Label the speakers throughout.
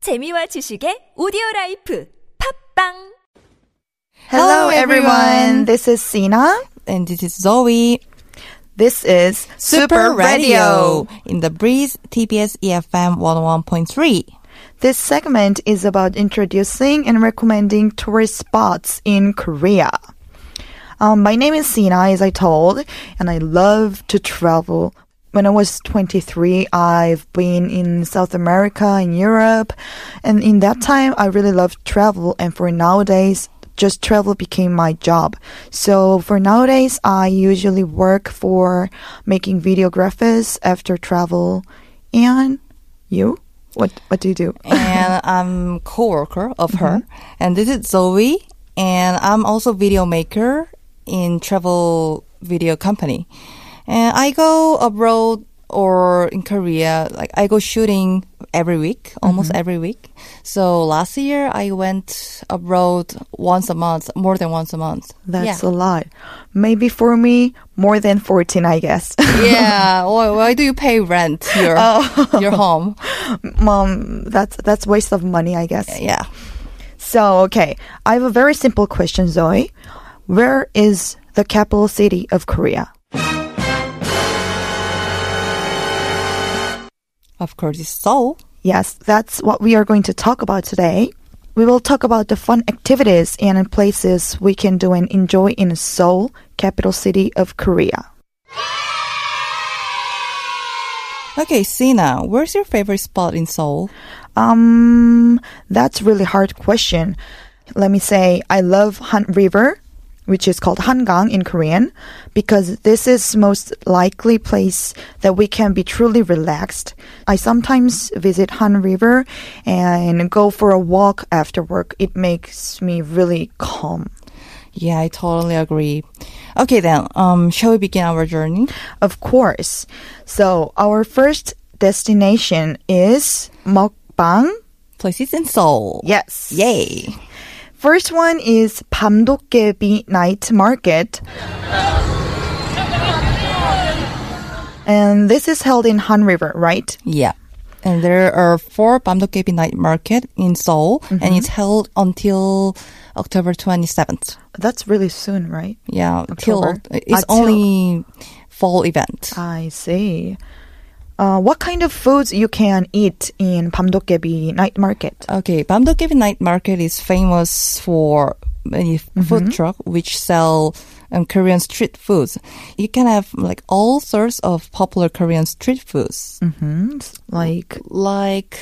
Speaker 1: 재미와 지식의 오디오 라이프 팝빵
Speaker 2: Hello,
Speaker 3: Hello, everyone.
Speaker 2: everyone.
Speaker 3: This is Sina.
Speaker 2: and this is Zoe.
Speaker 3: This is Super Radio.
Speaker 2: in the breeze TBS EFM 101.3.
Speaker 3: This segment is about introducing and recommending tourist spots in Korea. Um, my name is Sina, as I told, and I love to travel. When I was 23, I've been in South America and Europe, and in that time, I really loved travel. And for nowadays, just travel became my job. So for nowadays, I usually work for making videographers after travel. And you, what what do you do?
Speaker 2: And I'm co-worker of her. And this is Zoe. And I'm also video maker in travel video company. And I go abroad or in Korea, like I go shooting every week, almost every week. So last year I went abroad once a month, more than once a month.
Speaker 3: That's
Speaker 2: yeah.
Speaker 3: a lot. Maybe for me, more than 14, I guess.
Speaker 2: yeah. Why, why do you pay rent your your home?
Speaker 3: Mom, that's that's waste of money, I guess.
Speaker 2: Yeah.
Speaker 3: So, okay. I have a very simple question, Zoe. Where is the capital city of Korea?
Speaker 2: Of course, it's Seoul.
Speaker 3: Yes, that's what we are going to talk about today. We will talk about the fun activities and places we can do and enjoy in Seoul, capital city of Korea.
Speaker 2: Okay, Sina, where's your favorite spot in Seoul?
Speaker 3: Um, that's really hard question. Let me say I love Han River, which is called Hangang in Korean, because this is most likely place that we can be truly relaxed. I sometimes visit Han River and go for a walk after work. It makes me really calm.
Speaker 2: Yeah, I totally agree. Okay, then, um, shall we begin our journey?
Speaker 3: Of course. So our first destination is Mokbang.
Speaker 2: Places in Seoul.
Speaker 3: Yes.
Speaker 2: Yay.
Speaker 3: First one is Pamdokgebi Night Market. And this is held in Han River, right?
Speaker 2: Yeah. And there are four Bamdokgebi night market in Seoul,
Speaker 3: Mm-hmm.
Speaker 2: and it's held until October 27th.
Speaker 3: That's really soon, right?
Speaker 2: Yeah, till
Speaker 3: October.
Speaker 2: it's
Speaker 3: Until-
Speaker 2: only fall event.
Speaker 3: I see. Uh, what kind of foods you can eat in Pamdokgebi Night Market?
Speaker 2: Okay, Bamdokgebi Night Market is famous for many
Speaker 3: Mm-hmm.
Speaker 2: food truck which sell um, Korean street foods. You can have like all sorts of popular Korean street foods,
Speaker 3: Hmm, like,
Speaker 2: like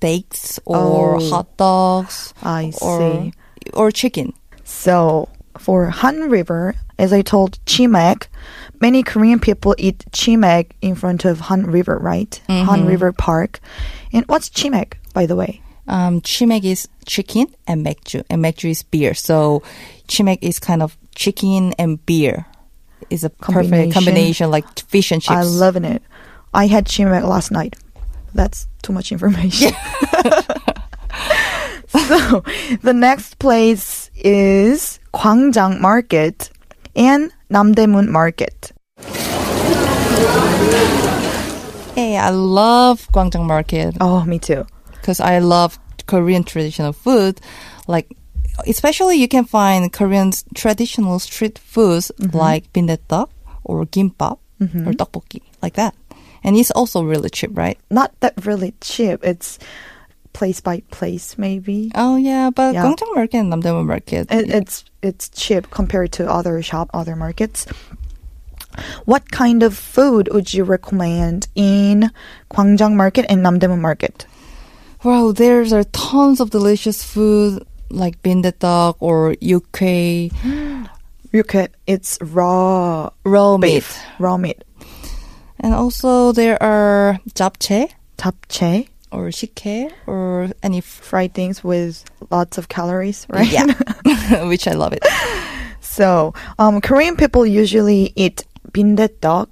Speaker 2: bakes or
Speaker 3: Oh.
Speaker 2: hot dogs,
Speaker 3: I
Speaker 2: or
Speaker 3: see.
Speaker 2: or chicken.
Speaker 3: So, for Han River, as I told Chimek, many Korean people eat Chimek in front of Han River, right? Han River Park. And what's Chimek, by the way?
Speaker 2: Um, chimek is chicken and 맥주, and 맥주 is beer. So chimek is kind of chicken and beer. Is a perfect
Speaker 3: Combination.
Speaker 2: combination like fish and chips.
Speaker 3: I loving it. I had chimek last night. That's too much information. so the next place is Gwangjang Market and Namdaemun Market.
Speaker 2: Hey, I love Gwangjang Market.
Speaker 3: Oh, me too.
Speaker 2: because I love Korean traditional food. Like, especially you can find Korean s- traditional street foods
Speaker 3: Mm-hmm.
Speaker 2: like bindaetteok or gimbap or tteokbokki, like that. And it's also really cheap, right?
Speaker 3: Not that really cheap. It's place by place, maybe.
Speaker 2: Oh yeah, but
Speaker 3: Yeah.
Speaker 2: Gwangjang Market and Namdaemun Market.
Speaker 3: It, it's it's cheap compared to other shop, other markets. What kind of food would you recommend in Gwangjang Market and Namdaemun Market?
Speaker 2: wow, there's are tons of delicious food like bindaetteok or yukkei,
Speaker 3: You can. It's raw
Speaker 2: raw
Speaker 3: beef,
Speaker 2: meat,
Speaker 3: raw meat.
Speaker 2: and also there are japchae
Speaker 3: Japchae,
Speaker 2: or shikhae or any f-
Speaker 3: fried things with lots of calories, right?
Speaker 2: yeah, which I love it.
Speaker 3: So, um, Korean people usually eat bindaetteok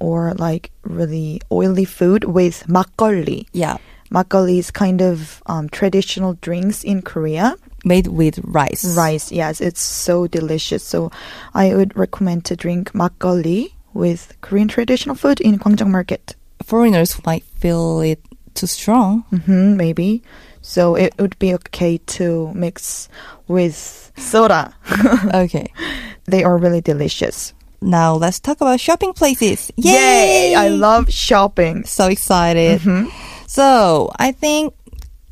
Speaker 3: or like really oily food with makgeolli.
Speaker 2: Yeah.
Speaker 3: Makgeolli is kind of um, traditional drinks in Korea.
Speaker 2: made with rice.
Speaker 3: Rice, yes, it's so delicious. So, I would recommend to drink makgeolli with Korean traditional food in Gwangjang Market. Mm-hmm.
Speaker 2: Foreigners might feel it too strong.
Speaker 3: hmm maybe. So it would be okay to mix with soda.
Speaker 2: okay.
Speaker 3: they are really delicious.
Speaker 2: Now let's talk about shopping places. Yay!
Speaker 3: I love shopping.
Speaker 2: so excited.
Speaker 3: Mm-hmm.
Speaker 2: So I think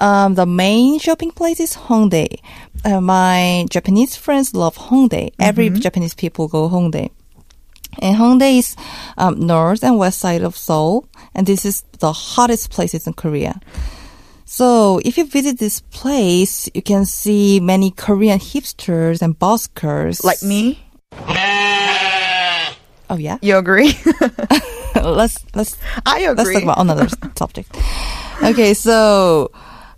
Speaker 2: um, the main shopping place is Hongdae. Uh, my Japanese friends love Hongdae. Every
Speaker 3: Mm-hmm.
Speaker 2: Japanese people go Hongdae. And Hongdae is um, north and west side of Seoul, and this is the hottest places in Korea. So if you visit this place, you can see many Korean hipsters and buskers.
Speaker 3: Like me,
Speaker 2: Oh yeah.
Speaker 3: you agree?
Speaker 2: let's let's
Speaker 3: I
Speaker 2: Let's
Speaker 3: agree.
Speaker 2: talk about another subject. Okay, so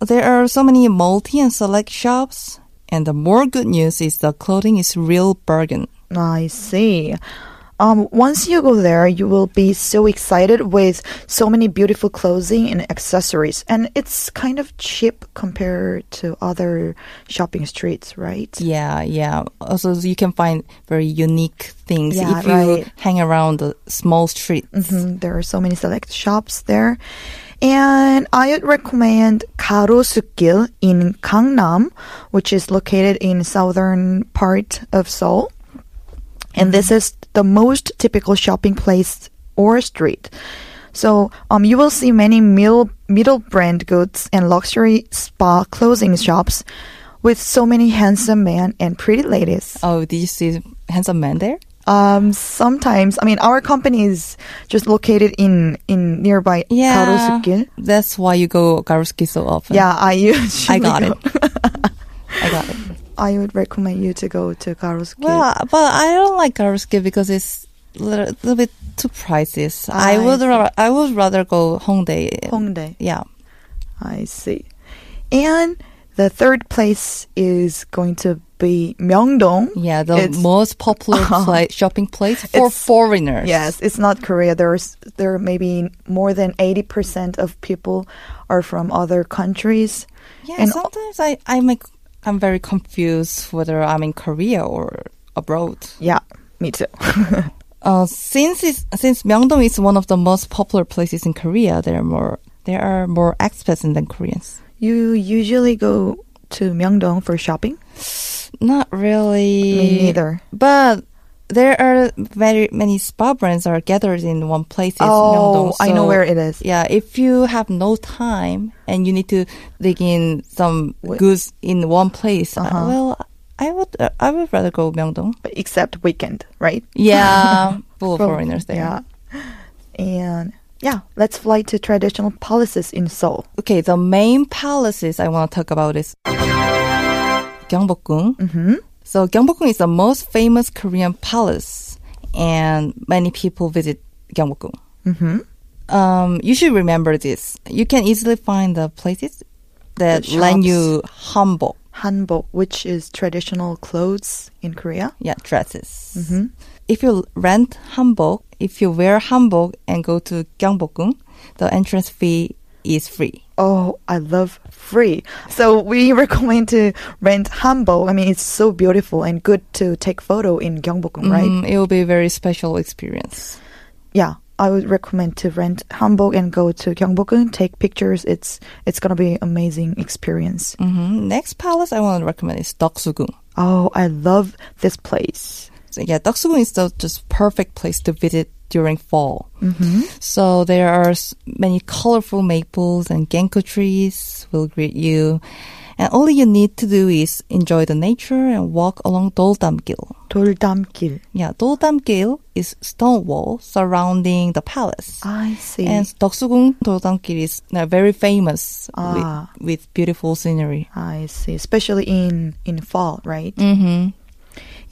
Speaker 2: there are so many multi and select shops, and the more good news is the clothing is real bargain.
Speaker 3: I see. Um, once you go there, you will be so excited with so many beautiful clothing and accessories, and it's kind of cheap compared to other shopping streets, right?
Speaker 2: Yeah, yeah. Also, you can find very unique things
Speaker 3: Yeah,
Speaker 2: if you
Speaker 3: right.
Speaker 2: hang around the small street.
Speaker 3: Mhm, There are so many select shops there, and I would recommend Karosukil in Gangnam, which is located in southern part of Seoul. and this is the most typical shopping place or street. So um, you will see many middle, middle brand goods and luxury spa clothing shops with so many handsome men and pretty ladies.
Speaker 2: Oh, did you see handsome man there?
Speaker 3: Um, sometimes, I mean, our company is just located in, in nearby
Speaker 2: Yeah,
Speaker 3: Karosukil.
Speaker 2: that's why you go Garuski so often.
Speaker 3: Yeah, I
Speaker 2: I
Speaker 3: usually
Speaker 2: got
Speaker 3: go-
Speaker 2: it. I got it.
Speaker 3: I would recommend you to go to Karosukil.
Speaker 2: Well, but I don't like Garuski because it's a little, little bit too pricey. I,
Speaker 3: I
Speaker 2: would
Speaker 3: see.
Speaker 2: ra- I would rather go Hongdae.
Speaker 3: Hongdae.
Speaker 2: Yeah.
Speaker 3: I see. And the third place is going to be Myeongdong.
Speaker 2: Yeah, the
Speaker 3: It's- Uh-huh.
Speaker 2: most popular pla- shopping place for
Speaker 3: It's-
Speaker 2: foreigners.
Speaker 3: Yes, it's not Korea. There's there are maybe more than eighty percent of people are from other countries.
Speaker 2: Yeah,
Speaker 3: and
Speaker 2: sometimes I, I'm, like, I'm very confused whether I'm in Korea or abroad.
Speaker 3: yeah, me too.
Speaker 2: Uh, since it's, since Myeongdong is one of the most popular places in Korea, there are more there are more expats than Koreans.
Speaker 3: you usually go to Myeongdong for shopping?
Speaker 2: Not really.
Speaker 3: Me neither.
Speaker 2: But there are very many spa brands are gathered in one place. in
Speaker 3: oh,
Speaker 2: Myeongdong,
Speaker 3: I know
Speaker 2: so-
Speaker 3: where it is.
Speaker 2: Yeah, if you have no time and you need to dig in some
Speaker 3: Wh-
Speaker 2: goods in one place, uh,
Speaker 3: Uh-huh.
Speaker 2: well, I would uh, I would rather go Myeongdong.
Speaker 3: Except weekend, right?
Speaker 2: Yeah, full of
Speaker 3: From-
Speaker 2: foreigners there.
Speaker 3: Yeah. And yeah, let's fly to traditional palaces in Seoul.
Speaker 2: Okay, the main palaces I want to talk about is Gyeongbokgung. Mm-hmm. So Gyeongbokgung is the most famous Korean palace, and many people visit Gyeongbokgung.
Speaker 3: Mm-hmm.
Speaker 2: Um, you should remember this. You can easily find the places that
Speaker 3: The
Speaker 2: lend
Speaker 3: shops.
Speaker 2: you hanbok,
Speaker 3: Hanbok, which is traditional clothes in Korea.
Speaker 2: yeah, dresses.
Speaker 3: Mm-hmm.
Speaker 2: If you rent hanbok, if you wear hanbok and go to Gyeongbokgung, the entrance fee is free.
Speaker 3: Oh, I love free. So we recommend to rent hanbok. I mean, it's so beautiful and good to take photo in Gyeongbokgung, right?
Speaker 2: Mm, it will be a very special experience.
Speaker 3: Yeah, I would recommend to rent hanbok and go to Gyeongbokgung, take pictures. It's it's gonna be amazing experience.
Speaker 2: hmm Next palace I want to recommend is Deoksugung.
Speaker 3: Oh, I love this place.
Speaker 2: So yeah, Deoksugung is the just perfect place to visit during fall.
Speaker 3: Mm-hmm.
Speaker 2: So there are s- many colorful maples and ginkgo trees will greet you. And all you need to do is enjoy the nature and walk along Doldamgil.
Speaker 3: 돌담길.
Speaker 2: Yeah, Doldamgil is stone wall surrounding the palace.
Speaker 3: I see.
Speaker 2: And Deoksugung Doldamgil is uh, very famous
Speaker 3: Ah.
Speaker 2: with, with beautiful scenery.
Speaker 3: I see, especially in in fall, right?
Speaker 2: Mm-hmm.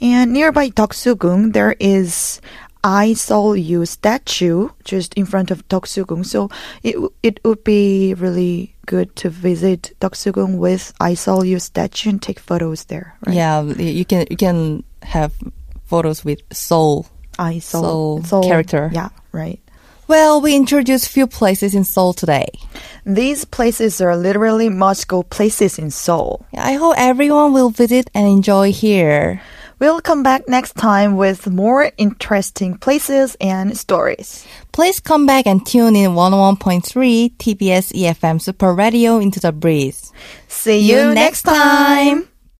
Speaker 3: And nearby Deoksugung, there is I saw you statue just in front of Deoksugung. So it w- it would be really good to visit Deoksugung with I saw you statue and take photos there. Right?
Speaker 2: Yeah, y- you can you can have photos with soul.
Speaker 3: I saw
Speaker 2: Seoul character.
Speaker 3: Yeah, right.
Speaker 2: Well, we introduced few places in Seoul today.
Speaker 3: These places are literally must go places in Seoul.
Speaker 2: I hope everyone will visit and enjoy here.
Speaker 3: We'll come back next time with more interesting places and stories.
Speaker 2: Please come back and tune in E 101.3 TBS EFM Super Radio into the breeze.
Speaker 3: See you, next time.